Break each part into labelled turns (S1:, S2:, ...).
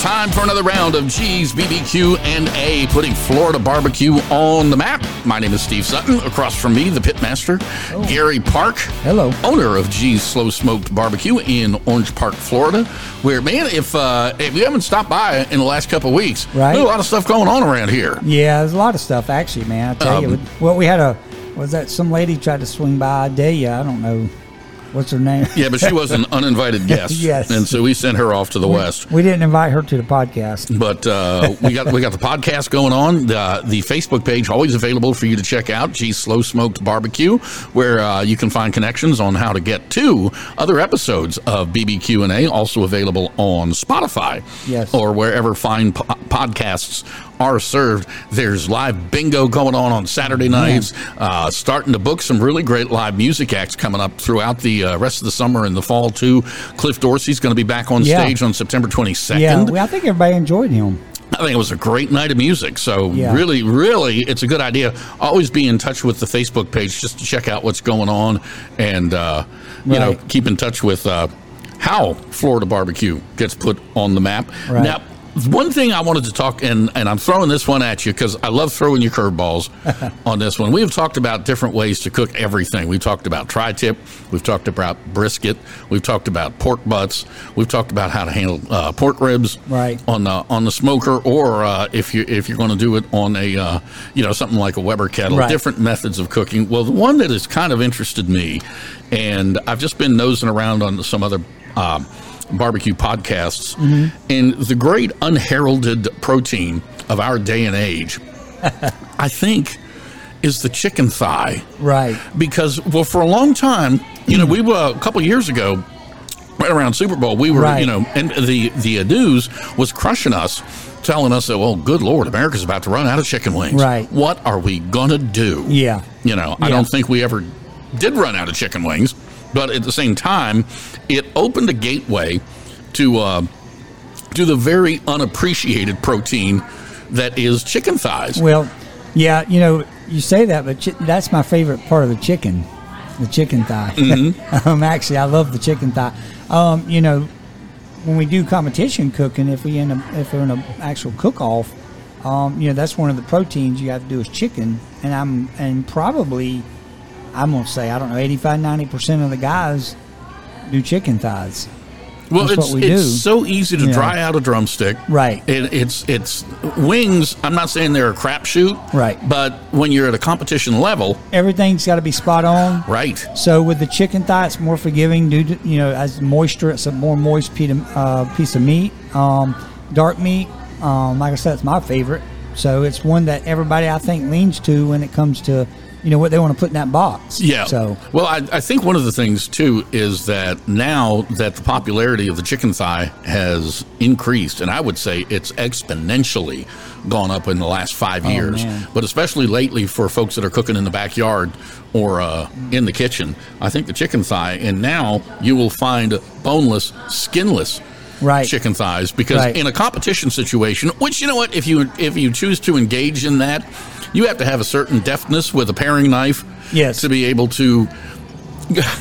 S1: Time for another round of G's BBQ and A, putting Florida barbecue on the map. My name is Steve Sutton. Across from me, the pitmaster, Gary Park.
S2: Oh. Hello.
S1: Owner of G's Slow Smoked Barbecue in Orange Park, Florida. Where, man, if uh, if you haven't stopped by in the last couple of weeks,
S2: Right.
S1: there's a lot of stuff going on around here.
S2: Yeah, there's a lot of stuff actually, man. I tell you, well, we had a was that some lady tried to swing by Delia? I don't know what's her name.
S1: Yeah, but she was an uninvited guest.
S2: Yes.
S1: And so we sent her off to the west.
S2: We didn't invite her to the podcast.
S1: But uh, we got we got the podcast going on. The, the Facebook page always available for you to check out. G Slow Smoked Barbecue, where uh, you can find connections on how to get to other episodes of BBQ and A. Also available on Spotify,
S2: Yes.
S1: or wherever fine po- podcasts are served. There's live bingo going on on Saturday nights. Uh, starting to book some really great live music acts coming up throughout the uh, rest of the summer and the fall too. Cliff Dorsey's going to be back on
S2: Yeah.
S1: stage on September 22nd.
S2: Yeah, well, I think everybody enjoyed him.
S1: I think it was a great night of music. So
S2: Yeah.
S1: really, really, it's a good idea. Always be in touch with the Facebook page just to check out what's going on, and uh, you know,
S2: Right.
S1: keep in touch with uh, how Florida barbecue gets put on the map.
S2: Right.
S1: Now, one thing I wanted to talk, and and I'm throwing this one at you because I love throwing you curveballs on this one. We've talked about different ways to cook everything. We've talked about tri-tip. We've talked about brisket. We've talked about pork butts. We've talked about how to handle uh, pork ribs
S2: Right.
S1: on the on the smoker, or uh, if you if you're going to do it on a uh, you know something like a Weber kettle,
S2: Right.
S1: different methods of cooking. Well, the one that has kind of interested me, and I've just been nosing around on some other um, barbecue podcasts, and the great unheralded protein of our day and age, I think, is the chicken thigh
S2: Right.
S1: because well for a long time you know we were a couple years ago right around super bowl we were
S2: Right.
S1: you know and the the news was crushing us telling us that well good lord america's about to run out of chicken wings
S2: Right.
S1: what are we gonna do
S2: Yeah.
S1: you know i
S2: Yeah.
S1: don't think we ever did run out of chicken wings but at the same time it opened a gateway to uh, to the very unappreciated protein that is chicken thighs
S2: Well, yeah, you know, you say that, but chi- that's my favorite part of the chicken, the chicken thigh. um, actually, I love the chicken thigh. Um, you know, when we do competition cooking, if we in a if we're in an actual cook off, um, you know, that's one of the proteins you have to do is chicken, and I'm and probably I'm gonna say I don't know 85 90 percent of the guys do chicken thighs.
S1: Well,
S2: That's
S1: it's
S2: what we
S1: it's
S2: do.
S1: so easy to
S2: Yeah.
S1: dry out a drumstick,
S2: Right.
S1: It, it's it's wings. I'm not saying they're a crapshoot,
S2: Right.
S1: But when you're at a competition level,
S2: Everything's got to be spot on.
S1: right?
S2: So with the chicken thigh, it's more forgiving due to you know as moisture, it's a more moist piece of, uh, piece of meat. Um, dark meat, um, like I said, it's my favorite. So it's one that everybody I think leans to when it comes to you know what they want to put in that box.
S1: Yeah.
S2: So
S1: well, I, I think one of the things too is that now that the popularity of the chicken thigh has increased, and I would say it's exponentially gone up in the last five years,
S2: Oh, man.
S1: but especially lately for folks that are cooking in the backyard or uh, in the kitchen, I think the chicken thigh, and now you will find boneless, skinless.
S2: Right.
S1: chicken thighs because
S2: Right.
S1: in a competition situation which you know what if you if you choose to engage in that you have to have a certain deftness with a paring knife
S2: Yes.
S1: to be able to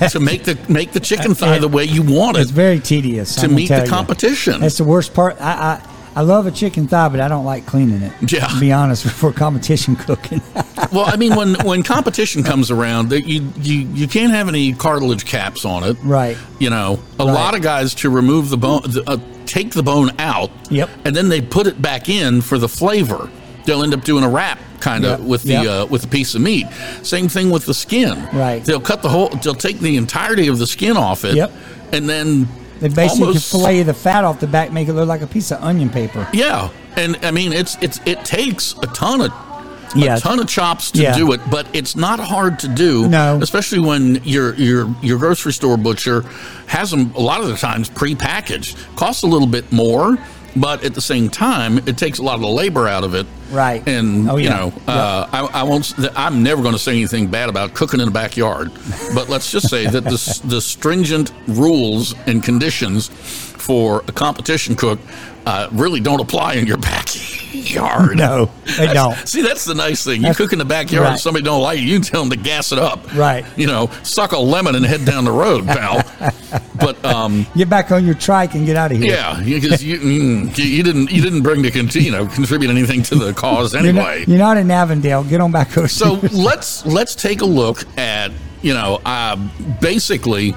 S1: to make the make the
S2: Uh,
S1: chicken thigh the way you want it
S2: it's very tedious
S1: to
S2: I'm gonna
S1: meet the
S2: tell you.
S1: competition.
S2: That's the worst part. I, I I love a chicken thigh, but I don't like cleaning it.
S1: Yeah.
S2: To be honest, for competition cooking.
S1: well, I mean, when when competition comes around, that you you you can't have any cartilage caps on it,
S2: Right.
S1: You know, a
S2: Right.
S1: lot of guys to remove the bone, the, uh, take the bone out,
S2: Yep.
S1: and then they put it back in for the flavor. They'll end up doing a wrap kind of
S2: Yep,
S1: with the
S2: yep.
S1: uh, with the piece of meat. Same thing with the skin.
S2: Right.
S1: They'll cut the whole. They'll take the entirety of the skin off it.
S2: Yep.
S1: And then
S2: They basically
S1: almost-
S2: fillet the fat off the back, make it look like a piece of onion paper.
S1: Yeah, and I mean it's it's it takes a ton of
S2: Yeah.
S1: a ton of chops to
S2: Yeah.
S1: do it, but it's not hard to do.
S2: No.
S1: especially when your your your grocery store butcher has them a lot of the times prepackaged. Costs a little bit more, but at the same time, it takes a lot of the labor out of it.
S2: Right.
S1: And
S2: Oh,
S1: you
S2: yeah.
S1: know, uh, I, I won't. s- I'm never going to say anything bad about cooking in the backyard, but let's just say that the s- the stringent rules and conditions for a competition cook uh, really don't apply in your backyard. backyard.
S2: No, they don't.
S1: See, that's the nice thing. You
S2: That's-
S1: cook in the backyard,
S2: right.
S1: somebody don't like it, you tell them to gas it up.
S2: Right.
S1: You know, suck a lemon and head down the road, pal. but um,
S2: Get back on your trike and get out of here.
S1: yeah, because you, mm, you you didn't you didn't bring to con- you know contribute anything to the cause
S2: You're,
S1: anyway.
S2: not, you're not in Avondale. Get on back over.
S1: so let's let's take a look at you know uh, basically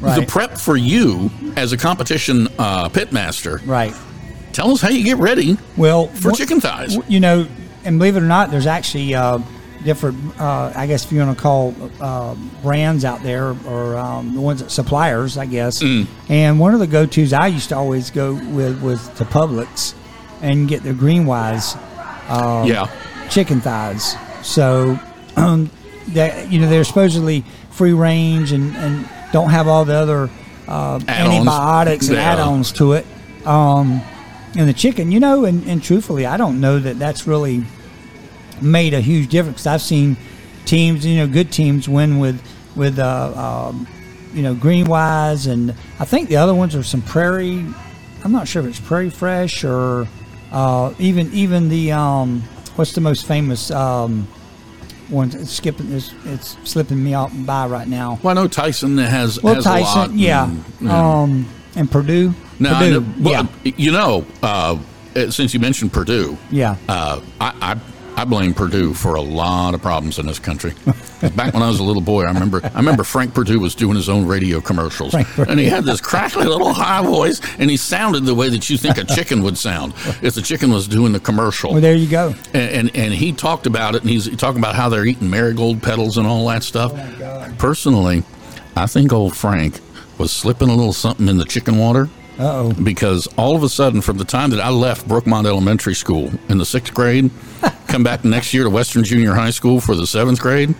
S2: right.
S1: the prep for you as a competition uh, pitmaster.
S2: right.
S1: Tell us how you get ready
S2: Well,
S1: for
S2: wh-
S1: chicken thighs.
S2: You know, and believe it or not, there's actually uh, different, uh, I guess if you want to call uh, brands out there or um, the ones that suppliers, I guess.
S1: Mm.
S2: And one of the go tos I used to always go with was to Publix and get their Greenwise Um,
S1: yeah,
S2: chicken thighs. So, um, that, you know, they're supposedly free range and, and don't have all the other uh,
S1: Add-ons.
S2: antibiotics and
S1: Yeah.
S2: add ons to it. Um, and the chicken, you know, and, and truthfully, I don't know that that's really made a huge difference. I've seen teams, you know, good teams win with, with, uh, um, you know, Greenwise, and I think the other ones are some Prairie. I'm not sure if it's Prairie Fresh or uh, even even the um, what's the most famous um, one? It's skipping, it's, it's slipping me out by right now.
S1: well, I know Tyson has
S2: Well,
S1: has a lot.
S2: Tyson, yeah,
S1: Mm, yeah.
S2: Um, and Purdue.
S1: No, I
S2: Purdue,
S1: know, well, you know, uh, eh, since you mentioned Purdue,
S2: yeah, yeah,
S1: uh, I, I I blame Purdue for a lot of problems in this country. 'Cause Back when I was a little boy, I remember I remember Frank Purdue was doing his own radio commercials,
S2: Frank Purdue.
S1: and he had this crackly little high voice, and he sounded the way that you think a chicken would sound if the chicken was doing the commercial.
S2: well, there you go.
S1: and, and and he talked about it, and he's talking about how they're eating marigold petals and all that stuff.
S2: Oh,
S1: Personally, I think old Frank was slipping a little something in the chicken water
S2: Uh oh,
S1: because all of a sudden, from the time that I left Brookmont Elementary School in the sixth grade, come back next year to Western Junior High School for the seventh grade,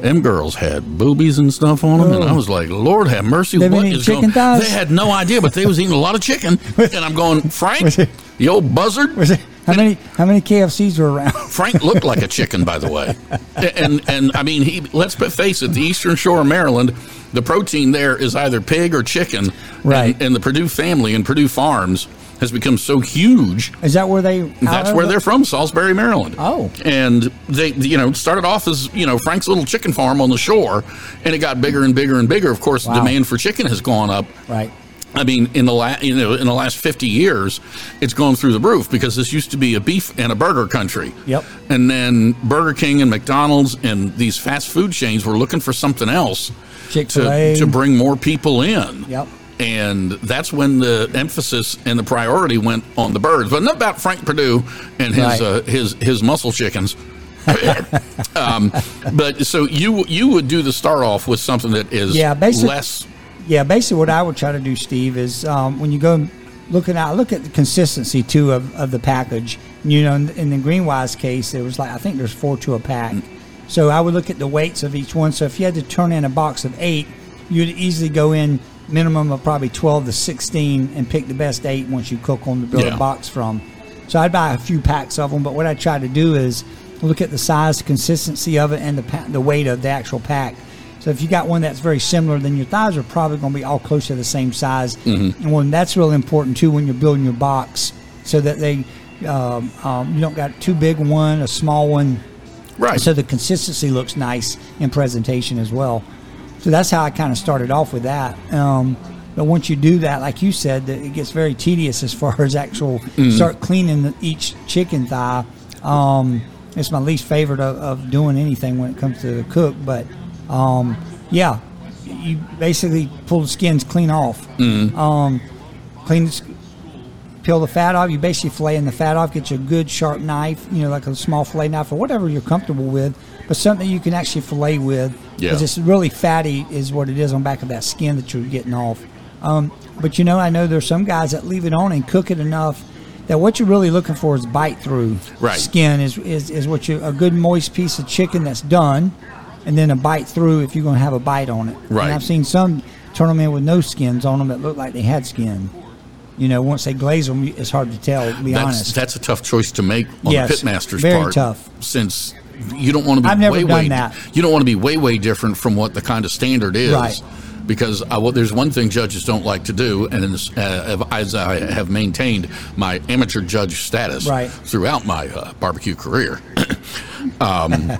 S1: them girls had boobies and stuff on them, and I was like, "Lord have mercy,
S2: They've been
S1: what
S2: eating
S1: is going?"
S2: Oh. chicken thighs?
S1: They had no idea, but they was eating a lot of chicken, and I'm going, Frank,
S2: Was it-
S1: the old buzzard.
S2: was it how many how many KFCs were around?
S1: Frank looked like a chicken, by the way, and and I mean he. Let's face it, the Eastern Shore of Maryland, the protein there is either pig or chicken,
S2: Right.
S1: And, and the Purdue family and Purdue Farms has become so huge.
S2: Is that where they?
S1: That's where they're from, Salisbury, Maryland.
S2: Oh.
S1: and they you know started off as you know Frank's little chicken farm on the shore, and it got bigger and bigger and bigger. Of course,
S2: Wow.
S1: the demand for chicken has gone up.
S2: right.
S1: I mean, in the last you know in the last fifty years, it's gone through the roof because this used to be a beef and a burger country.
S2: Yep.
S1: And then Burger King and McDonald's and these fast food chains were looking for something else to
S2: Chick-fil-A.
S1: to bring more people in.
S2: Yep.
S1: And that's when the emphasis and the priority went on the birds, but enough about Frank Purdue and his
S2: Right.
S1: uh, his his muscle chickens. um, but so you you would do the start off with something that is
S2: Yeah, basic-
S1: less
S2: Yeah, basically what I would try to do, Steve, is um, when you go looking out, look at the consistency too of, of the package. You know, in, in the Greenwise case, there was like I think there's four to a pack. So I would look at the weights of each one. So if you had to turn in a box of eight, you'd easily go in minimum of probably twelve to sixteen and pick the best eight once you cook them to build
S1: Yeah.
S2: a box from. So I'd buy a few packs of them, but what I try to do is look at the size, consistency of it, and the pa- the weight of the actual pack. So if you got one that's very similar, then your thighs are probably going to be all close to the same size. And when that's really important too when you're building your box, so that they um, um, you don't got too big one, a small one,
S1: right.
S2: so the consistency looks nice in presentation as well. So that's how I kind of started off with that. Um, but once you do that, like you said, that it gets very tedious as far as actual start cleaning the, each chicken thigh. Um, it's my least favorite of, of doing anything when it comes to the cook. But um, yeah, you basically pull the skins clean off.
S1: Mm-hmm.
S2: Um, clean the, sk- peel the fat off. You basically filleting the fat off. Get you a good sharp knife, you know, like a small fillet knife or whatever you're comfortable with, but something you can actually fillet with.
S1: Yeah.
S2: 'cause it's really fatty is what it is on back of that skin that you're getting off. Um, but you know, I know there's some guys that leave it on and cook it enough that what you're really looking for is bite through
S1: Right.
S2: skin is, is, is what you a good moist piece of chicken that's done and then a bite through if you're going to have a bite on it.
S1: Right.
S2: And I've seen some turn them in with no skins on them that look like they had skin. You know, once they glaze them, it's hard to tell. To be
S1: that's,
S2: honest,
S1: That's a tough choice to make on
S2: Yes,
S1: the pitmaster's
S2: very
S1: part.
S2: tough.
S1: Since you don't want to be
S2: I've never
S1: way
S2: done
S1: way
S2: that.
S1: you don't want to be way way different from what the kind of standard is.
S2: Right.
S1: because I, well, there's one thing judges don't like to do, and in this, uh, as I have maintained my amateur judge status
S2: Right.
S1: throughout my uh, barbecue career, um,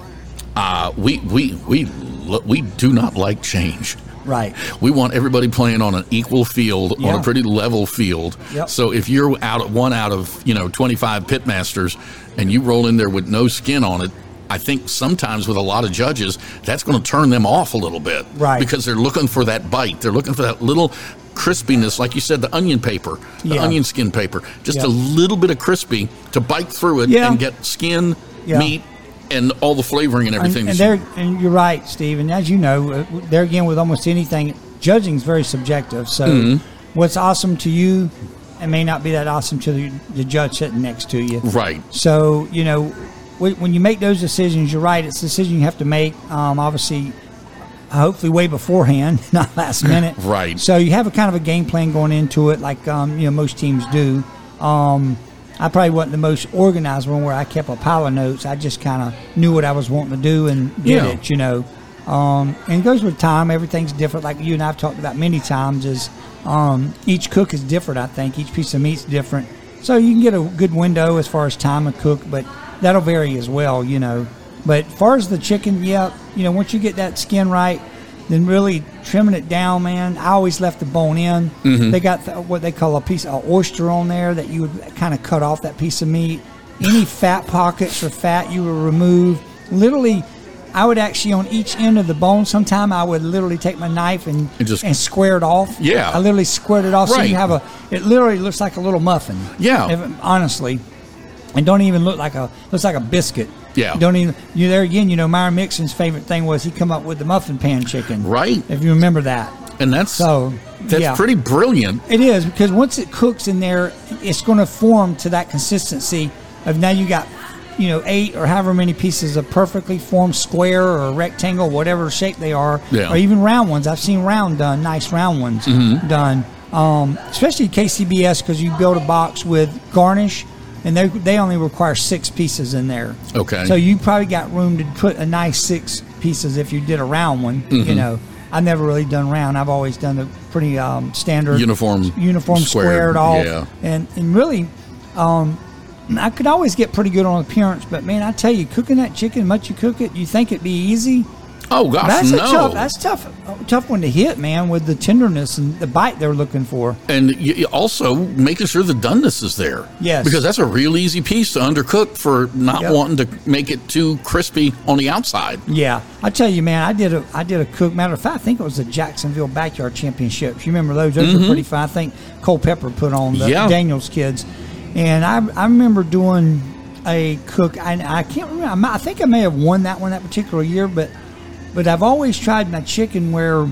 S1: uh, we we we lo- we do not like change.
S2: Right.
S1: We want everybody playing on an equal field, on
S2: Yeah.
S1: a pretty level field.
S2: Yep.
S1: So if you're out at one out of you know 25 pitmasters, and you roll in there with no skin on it, I think sometimes with a lot of judges, that's going to turn them off a little bit,
S2: Right.
S1: Because they're looking for that bite, they're looking for that little crispiness, like you said, the onion paper, the
S2: Yeah.
S1: onion skin paper, just
S2: Yeah.
S1: a little bit of crispy to bite through it
S2: Yeah.
S1: and get skin,
S2: Yeah.
S1: meat, and all the flavoring and
S2: And,
S1: everything.
S2: and,
S1: that you-
S2: there, and you're right, Steve. And as you know, uh, there again with almost anything, judging is very subjective. So,
S1: Mm-hmm.
S2: what's awesome to you, it may not be that awesome to the, the judge sitting next to you.
S1: right?
S2: So you know, when when you make those decisions, you're right. It's a decision you have to make. Um, obviously, hopefully, way beforehand, not last minute.
S1: Right.
S2: So you have a kind of a game plan going into it, like um, you know most teams do. Um, I probably wasn't the most organized one where I kept a pile of notes. I just kind of knew what I was wanting to do and did
S1: Yeah.
S2: it. You know. Um, and it goes with time. Everything's different. Like you and I've talked about many times, is um, each cook is different. I think each piece of meat's different, so you can get a good window as far as time to cook, but that'll vary as well, you know. But as far as the chicken, yeah, you know, once you get that skin right, then really trimming it down, man. I always left the bone in.
S1: Mm-hmm.
S2: They got th- what they call a piece of oyster on there that you would kind of cut off that piece of meat. Any fat pockets or fat you would remove. Literally, I would actually on each end of the bone. Sometime I would literally take my knife and
S1: And just-
S2: and square it off.
S1: Yeah.
S2: I literally squared it off. So
S1: Right.
S2: you have a. It literally looks like a little muffin.
S1: Yeah.
S2: If- honestly, and don't even look like a looks like a biscuit.
S1: Yeah.
S2: Don't even you there again. You know, Myron Mixon's favorite thing was he come up with the muffin pan chicken.
S1: Right.
S2: If you remember that.
S1: And that's
S2: So,
S1: that's
S2: yeah.
S1: pretty brilliant.
S2: It is because once it cooks in there, it's going to form to that consistency of now you got, you know, eight or however many pieces of perfectly formed square or rectangle, whatever shape they are,
S1: Yeah.
S2: or even round ones. I've seen round done, nice round ones done, um, especially KCBS because you build a box with garnish, and they they only require six pieces in there.
S1: Okay.
S2: So you probably got room to put a nice six pieces if you did a round one.
S1: Mm-hmm.
S2: You know, I've never really done round. I've always done the pretty um, standard
S1: Uniform
S2: uniform
S1: squared,
S2: squared, off,
S1: yeah.
S2: and and really, um, I could always get pretty good on appearance. But man, I tell you, cooking that chicken, much you cook it, you think it'd be easy.
S1: Oh gosh,
S2: That's
S1: no.
S2: a tough. That's tough. a tough one to hit, man, with the tenderness and the bite they're looking for.
S1: and y- y- also making sure the doneness is there.
S2: Yes.
S1: Because that's a real easy piece to undercook for not
S2: Yep.
S1: wanting to make it too crispy on the outside.
S2: Yeah, I tell you, man, I did a I did a cook. Matter of fact, I think it was the Jacksonville Backyard Championships. You remember those? Those were pretty fun. I think Cole Pepper put on the
S1: Yeah.
S2: Daniels kids, and I I remember doing a cook. I I can't remember. I, might- I think I may have won that one that particular year, but but I've always tried my chicken where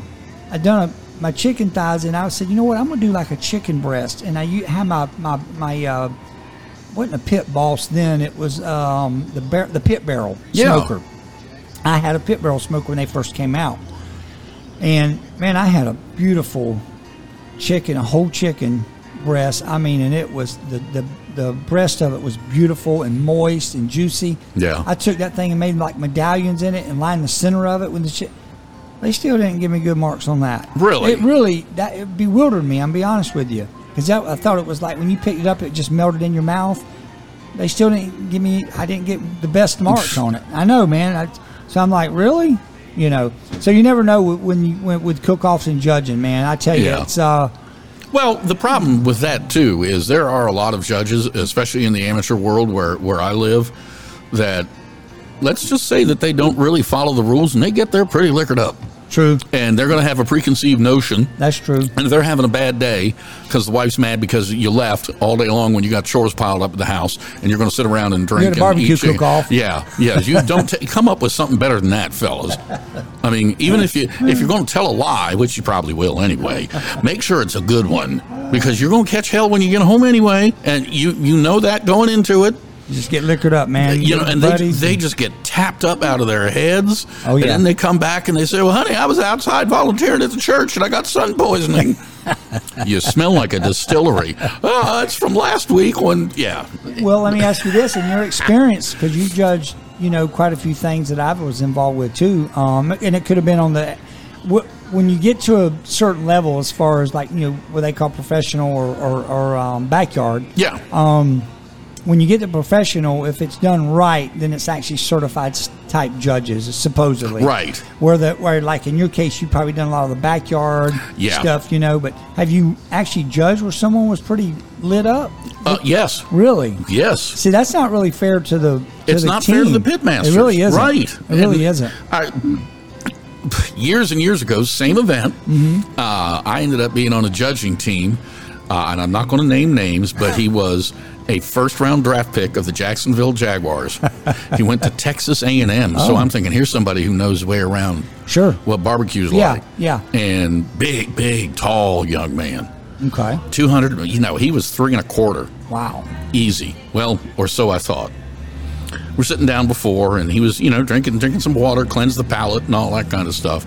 S2: I done a, my chicken thighs, and I said, you know what, I'm gonna do like a chicken breast, and I u- had my my my. Uh, wasn't a pit boss then. It was um, the bar- the pit barrel
S1: Yeah.
S2: smoker. I had a pit barrel smoker when they first came out, and man, I had a beautiful chicken, a whole chicken breast. I mean, and it was the the, the breast of it was beautiful and moist and juicy.
S1: Yeah.
S2: I took that thing and made like medallions in it and lined the center of it with the shit. They still didn't give me good marks on that.
S1: Really?
S2: It really that it bewildered me. I'm be honest with you, because I thought it was like when you picked it up, it just melted in your mouth. They still didn't give me. I didn't get the best marks on it. I know, man. I, so I'm like, really? You know. So you never know wh- when you when, with cook-offs and judging, man. I tell you,
S1: Yeah.
S2: it's uh,
S1: Well, the problem with that too is there are a lot of judges, especially in the amateur world where where I live, that let's just say that they don't really follow the rules and they get there pretty liquored up.
S2: true.
S1: And they're going to have a preconceived notion
S2: That's true.
S1: and if they're having a bad day because the wife's mad because you left all day long when you got chores piled up at the house, and you're going to sit around and drink.
S2: You had a
S1: and
S2: barbecue
S1: eat chicken.
S2: cook-off.
S1: Yeah, yeah. You don't ta come up with something better than that, fellas. I mean, even if you if you're going to tell a lie, which you probably will anyway, make sure it's a good one because you're going to catch hell when you get home anyway, and you you know that going into it.
S2: You just get liquored up, man.
S1: You know,
S2: get
S1: and
S2: with
S1: they,
S2: buddies
S1: they just get tapped up out of their heads.
S2: Oh,
S1: And
S2: yeah.
S1: then they come back and they say, Well, honey, I was outside volunteering at the church and I got sun poisoning. you smell like a distillery. Oh, it's from last week when, yeah.
S2: Well, let me ask you this: in your experience, because you judged, you know, quite a few things that I was involved with too, um, and it could have been on the. What, when you get to a certain level, as far as like you know what they call professional or or, or um, backyard,
S1: Yeah.
S2: Um, when you get to professional, if it's done right, then it's actually certified s- type judges, supposedly.
S1: Right.
S2: Where the where like in your case, you probably done a lot of the backyard
S1: Yeah.
S2: stuff, you know. But have you actually judged where someone was pretty lit up?
S1: uh, yes.
S2: Really?
S1: Yes.
S2: See, that's not really fair to the. To
S1: it's
S2: the
S1: not fair to
S2: team.
S1: the pitmasters.
S2: It really isn't.
S1: Right.
S2: It really
S1: And
S2: isn't.
S1: I, years and years ago, same event.
S2: Mm-hmm.
S1: Uh, I ended up being on a judging team, uh, and I'm not going to name names, but he was a first round draft pick of the Jacksonville Jaguars. he went to Texas A&M, so I'm thinking here's somebody who knows way around
S2: Oh. Sure.
S1: what barbecues
S2: Yeah,
S1: like.
S2: yeah.
S1: And big, big, tall young man.
S2: Okay.
S1: 200, you know, he was three and a quarter
S2: Wow.
S1: easy. Well, or so I thought. We're sitting down before, and he was, you know, drinking drinking some water, cleanse the palate, and all that kind of stuff.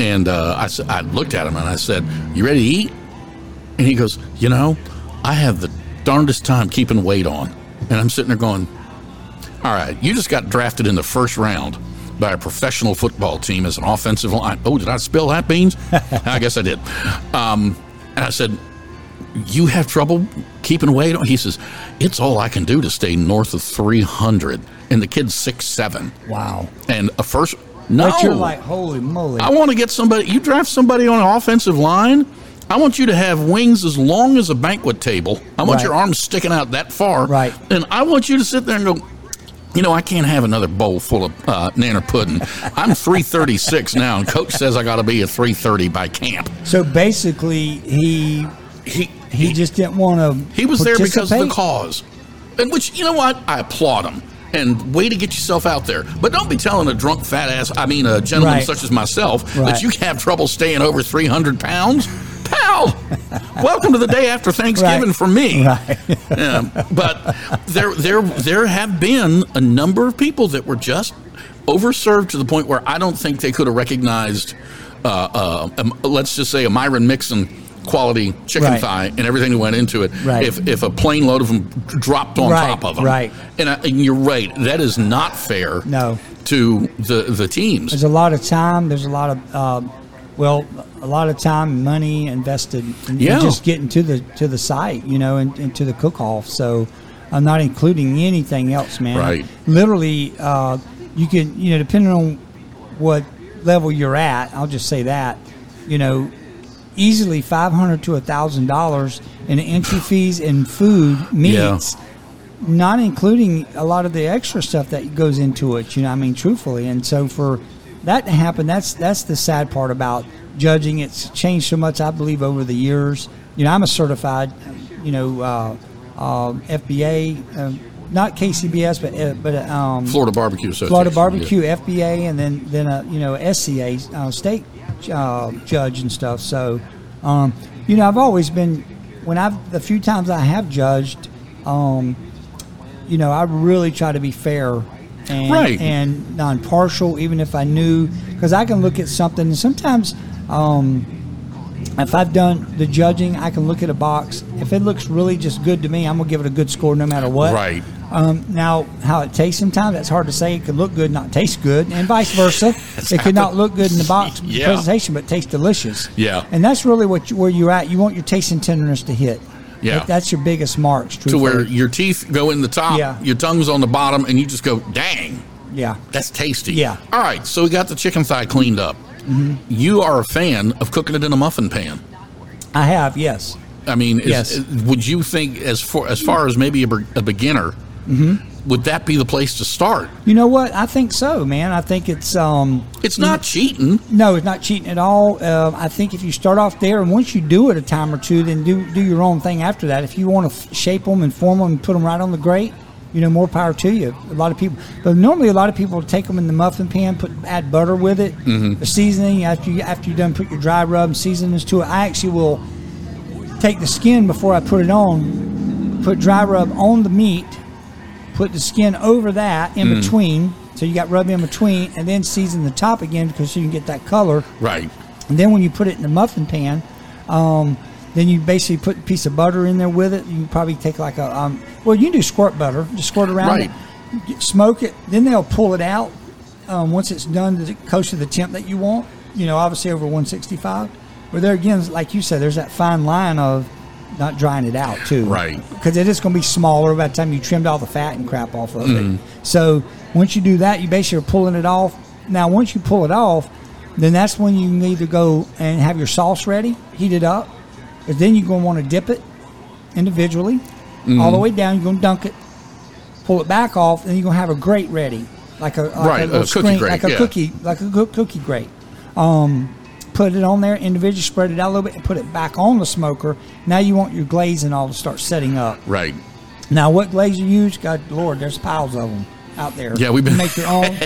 S1: and uh, I s- I looked at him and I said, "You ready to eat?" And he goes, "You know, I have the darndest time keeping weight on." And I'm sitting there going, "All right, you just got drafted in the first round." By a professional football team as an offensive line. Oh, did I spill that beans? I guess I did. Um, and I said, you have trouble keeping weight on? He says, it's all I can do to stay north of 300. And the kid's six seven.
S2: Wow.
S1: And a first, no.
S2: But you're like, holy moly.
S1: I want to get somebody, you draft somebody on an offensive line. I want you to have wings as long as a banquet table. I want
S2: Right.
S1: your arms sticking out that far.
S2: Right.
S1: And I want you to sit there and go, you know, I can't have another bowl full of uh, nanner pudding. I'm 336 now, and coach says I got to be at 330 by camp.
S2: so basically, he
S1: He,
S2: he just didn't want to.
S1: He was there because of the cause. And which, you know what? I applaud him. And way to get yourself out there. But don't be telling a drunk fat ass, I mean, a gentleman
S2: Right.
S1: such as myself,
S2: Right.
S1: that you have trouble staying over 300 pounds. Pal, welcome to the day after Thanksgiving
S2: Right.
S1: for me.
S2: Right.
S1: Um, but there, there, there have been a number of people that were just overserved to the point where I don't think they could have recognized, uh, uh, um, let's just say, a Myron Mixon quality chicken
S2: Right.
S1: thigh and everything that went into it.
S2: Right.
S1: If if a plane load of them dropped on
S2: Right,
S1: top of them,
S2: right.
S1: And, I, and you're right, that is not fair.
S2: No.
S1: To the the teams.
S2: There's a lot of time. There's a lot of, uh, well, a lot of time, and money invested in, in
S1: Yeah.
S2: just getting to the to the site, you know, and, and to the cook off. So I'm not including anything else, man.
S1: Right.
S2: Literally, uh, you can, you know, depending on what level you're at, I'll just say that, you know, easily 500 to a thousand dollars in entry fees and food meats not including a lot of the extra stuff that goes into it. You know, I mean, truthfully, and so for that to happen, that's that's the sad part about judging. It's changed so much, I believe, over the years. You know, I'm a certified, you know, uh, um FBA, um, not KCBS, but uh, but uh, um,
S1: Florida barbecue association.
S2: Florida
S1: yeah.
S2: barbecue, FBA, and then then a you know SCA uh, state uh, judge and stuff. So, um, you know, I've always been when I've the few times I have judged, um, you know, I really try to be fair and
S1: Right.
S2: and non partial, even if I knew because I can look at something and sometimes. Um, if I've done the judging, I can look at a box. If it looks really just good to me, I'm gonna give it a good score no matter what.
S1: Right.
S2: Um, now, how it tastes sometimes that's hard to say. It could look good, not taste good, and vice versa. it could not look good in the box
S1: Yeah.
S2: presentation, but taste delicious.
S1: Yeah.
S2: and that's really what you, where you're at. You want your taste and tenderness to hit.
S1: Yeah.
S2: That- that's your biggest marks.
S1: To
S2: Truthfully.
S1: where your teeth go in the top,
S2: Yeah.
S1: your tongue's on the bottom, and you just go, dang.
S2: yeah,
S1: That's tasty.
S2: Yeah. Mm-hmm.
S1: All right. So we got the chicken thigh cleaned up. You are a fan of cooking it in a muffin pan.
S2: I have yes.
S1: I mean, is,
S2: Yes.
S1: would you think as far as far as maybe a, be- a beginner,
S2: Mm-hmm.
S1: would that be the place to start?
S2: You know what? I think so, man. I think it's um,
S1: It's not cheating.
S2: No, it's not cheating at all. Uh, I think if you start off there, and once you do it a time or two, then do do your own thing after that. If you want to f- shape them and form them and put them right on the grate, you know, more power to you. A lot of people, but normally a lot of people take them in the muffin pan, put add butter with it, the seasoning after you after you done put your dry rub and seasonings to it. I actually will take the skin before I put it on, put dry rub on the meat, put the skin over that in between. So you got rub in between, and then season the top again because you can get that color.
S1: Right.
S2: And then when you put it in the muffin pan, um, then you basically put a piece of butter in there with it. You can probably take like a um, well, you can do squirt butter, just squirt around
S1: Right.
S2: it, smoke it. Then they'll pull it out um, once it's done to the- close to the temp that you want. you know, obviously over 165. But there again, like you said, there's that fine line of not drying it out too,
S1: Right.
S2: Because it is going to be smaller by the time you trimmed all the fat and crap off of it. So once you do that, you basically are pulling it off. Now, once you pull it off, then that's when you need to go and have your sauce ready, heat it up. But then you're going to want to dip it individually, all
S1: Mm.
S2: the way down. You're going to dunk it, pull it back off, and you're going to have a grate ready, like a like
S1: Right, a
S2: little
S1: cookie grate,
S2: like a
S1: yeah.
S2: cookie, like a good cookie grate. Um, put it on there individually, spread it out a little bit, and put it back on the smoker. Now you want your glaze and all to start setting up.
S1: Right.
S2: Now, what glaze you use? God, Lord, there's piles of them out there.
S1: Yeah, we've been-
S2: You make your own.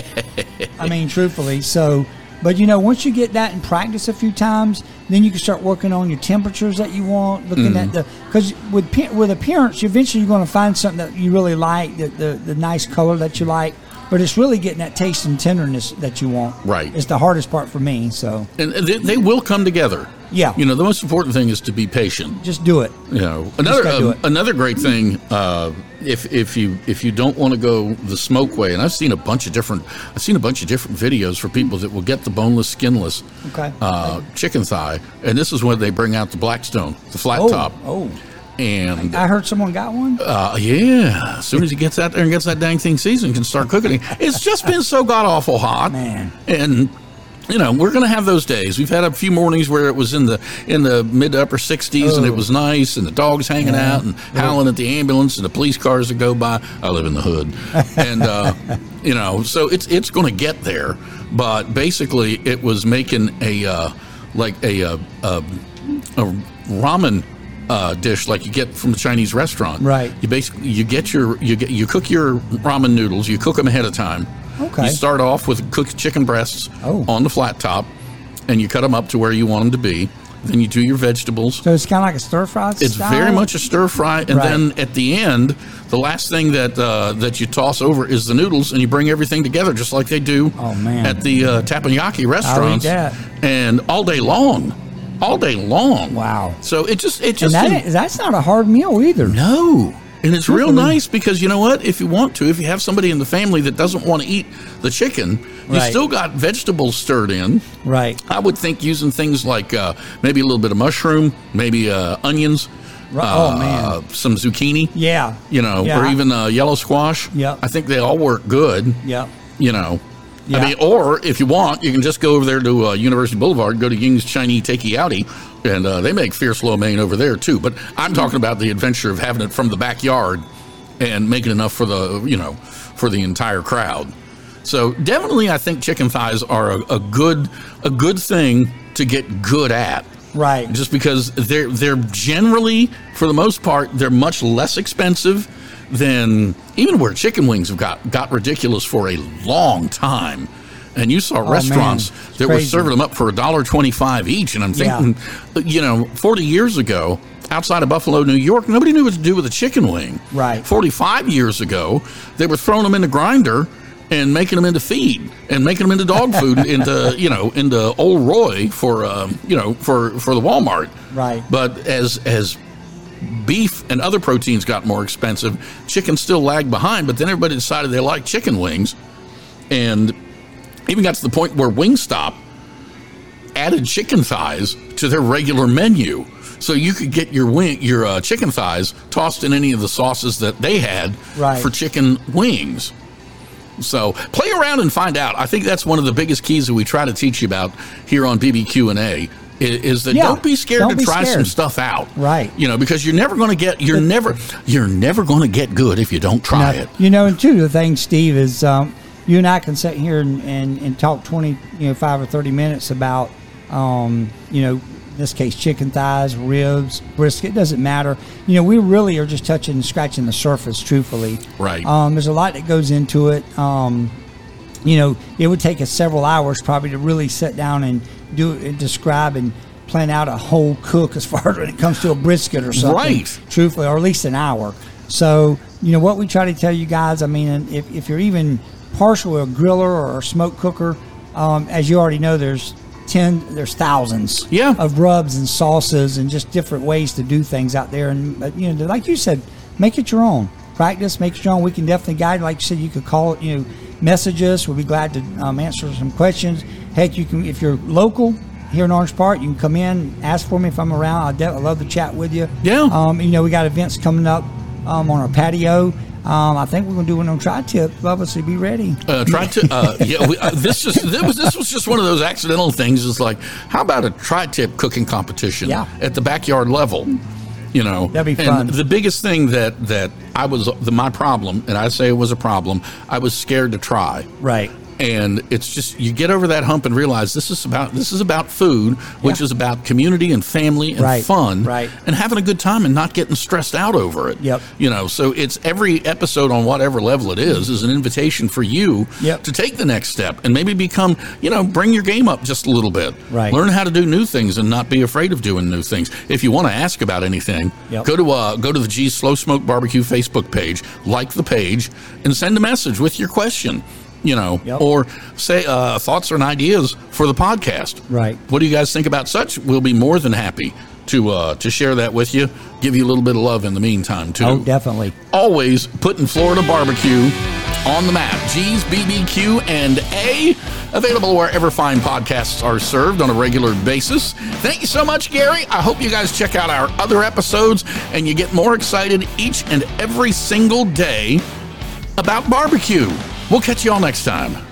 S2: I mean, truthfully, so. But you know, once you get that in practice a few times, then you can start working on your temperatures that you want. Looking
S1: Mm-hmm.
S2: at the because with pe- with appearance, eventually you're going to find something that you really like, the, the the nice color that you like. But it's really getting that taste and tenderness that you want.
S1: Right.
S2: It's the hardest part for me. So
S1: And they, they will come together.
S2: Yeah.
S1: You know, the most important thing is to be patient.
S2: just do it.
S1: You know, another
S2: gotta do
S1: um,
S2: it.
S1: another great thing uh, if if you if you don't want to go the smoke way, and I've seen a bunch of different I've seen a bunch of different videos for people that will get the boneless, skinless
S2: Okay.
S1: uh, chicken thigh, and this is when they bring out the Blackstone, the flat
S2: oh,
S1: top,
S2: oh!
S1: and
S2: I heard someone got one.
S1: uh, yeah, as soon as he gets out there and gets that dang thing seasoned, can start cooking it. It's just been so god awful hot,
S2: Man.
S1: And you know we're gonna have those days. We've had a few mornings where it was in the in the mid to upper sixties, and it was nice, and the dogs hanging out and howling at the ambulance and the police cars that go by. I live in the hood, and uh, you know, so it's it's gonna get there. But basically, it was making a uh, like a uh, uh, a ramen. Uh, dish like you get from the Chinese restaurant,
S2: Right.
S1: You basically you get your you get you cook your ramen noodles. You cook them ahead of time.
S2: Okay.
S1: You start off with cooked chicken breasts
S2: Oh.
S1: on the flat top, and you cut them up to where you want them to be. Then you do your vegetables.
S2: So it's kind of like a stir fry.
S1: It's very much a stir fry, and
S2: Right.
S1: then at the end, the last thing that uh, that you toss over is the noodles, and you bring everything together just like they do
S2: Oh, man.
S1: at the uh, tapenaki restaurants,
S2: that.
S1: and all day long, all day long.
S2: Wow.
S1: So it just it
S2: And
S1: just
S2: that is, Mm-hmm. that's not a hard meal either.
S1: no. And it's real nice because you know what? If you want to, if you have somebody in the family that doesn't want to eat the chicken, you
S2: Right.
S1: still got vegetables stirred in.
S2: Right.
S1: I would think using things like uh, maybe a little bit of mushroom, maybe uh, onions, uh,
S2: Ri- oh, man.
S1: some zucchini,
S2: Yeah.
S1: you know,
S2: Yeah,
S1: or
S2: I-
S1: even uh, yellow squash.
S2: Yep.
S1: I think they all work good.
S2: Yep.
S1: You know,
S2: Yeah.
S1: I mean, or if you want, you can just go over there to uh, University Boulevard, go to Ying's Chinese Takey Outie, and uh, they make fierce lo mein over there too. But I'm talking about the adventure of having it from the backyard and making enough for the you know for the entire crowd. So definitely, I think chicken thighs are a, a good a good thing to get good at
S2: Right.
S1: just because they're they're generally for the most part they're much less expensive than even where chicken wings have got got ridiculous for a long time and you saw restaurants
S2: Oh, It's
S1: that were
S2: crazy.
S1: serving them up for a dollar 25 each and i'm
S2: Yeah.
S1: thinking you know 40 years ago outside of buffalo new york nobody knew what to do with a chicken wing
S2: Right.
S1: 45 years ago they were throwing them in the grinder and making them into feed and making them into dog food into you know into old roy for um, you know for for the walmart
S2: Right.
S1: but as as beef and other proteins got more expensive chicken still lagged behind but then everybody decided they liked chicken wings and even got to the point where wingstop added chicken thighs to their regular menu. So you could get your wing, your uh, chicken thighs tossed in any of the sauces that they had
S2: Right.
S1: for chicken wings. So play around and find out. I think that's one of the biggest keys that we try to teach you about here on BBQ and A is that
S2: Yeah.
S1: don't be scared
S2: Don't
S1: to
S2: be
S1: try some
S2: scared.
S1: stuff out.
S2: Right.
S1: You know, because you're never going to get you're never you're never going to get good if you don't try
S2: Now,
S1: it.
S2: You know, and two of the things, Steve, is um, you and I can sit here and, and, and talk 20, you know, five or 30 minutes about, um, you know, in this case, chicken thighs, ribs, brisket, doesn't matter. You know, we really are just touching and scratching the surface, truthfully.
S1: Right.
S2: Um, there's a lot that goes into it. Um, you know, it would take us several hours probably to really sit down and do and describe and plan out a whole cook as far as when it comes to a brisket or something.
S1: Right.
S2: Truthfully, or at least an hour. So, you know, what we try to tell you guys, I mean, and if, if you're even partial a griller or a smoke cooker, um, as you already know, there's 10, there's thousands
S1: Yeah.
S2: of rubs and sauces and just different ways to do things out there. And but, you know, like you said, make it your own. Practice, make it your own. We can definitely guide. Like you said, you could call it. You know, message us. We'll be glad to um, answer some questions. Heck, you can if you're local here in Orange Park, you can come in, ask for me if I'm around. I, de- I love to chat with you.
S1: Yeah.
S2: Um, you know, we got events coming up um, on our patio. Um, I think we're gonna do one on tri-tip, Bubba. So be ready.
S1: Uh, try to uh, yeah. We, uh, this just this was this was just one of those accidental things. It's like, how about a tri-tip cooking competition
S2: Yeah.
S1: at the backyard level? You know,
S2: That'd be
S1: And
S2: fun.
S1: The biggest thing that that I was the, my problem, and I say it was a problem. I was scared to try.
S2: Right.
S1: And it's just you get over that hump and realize this is about this is about food, which
S2: Yeah.
S1: is about community and family and
S2: Right,
S1: fun,
S2: right.
S1: And having a good time and not getting stressed out over it.
S2: Yep.
S1: You know, so it's every episode on whatever level it is is an invitation for you
S2: Yep.
S1: to take the next step and maybe become, you know, bring your game up just a little bit.
S2: Right.
S1: Learn how to do new things and not be afraid of doing new things. If you want to ask about anything,
S2: Yep.
S1: go to uh, go to the G Slow Smoke Barbecue Facebook page, like the page, and send a message with your question. You know,
S2: Yep.
S1: or say uh, thoughts and ideas for the podcast.
S2: Right.
S1: What do you guys think about such? We'll be more than happy to uh, to share that with you. Give you a little bit of love in the meantime too
S2: Oh, definitely.
S1: always putting Florida barbecue on the map. G's BBQ and A available wherever fine podcasts are served on a regular basis. Thank you so much, Gary. I hope you guys check out our other episodes and you get more excited each and every single day about barbecue. We'll catch you all next time.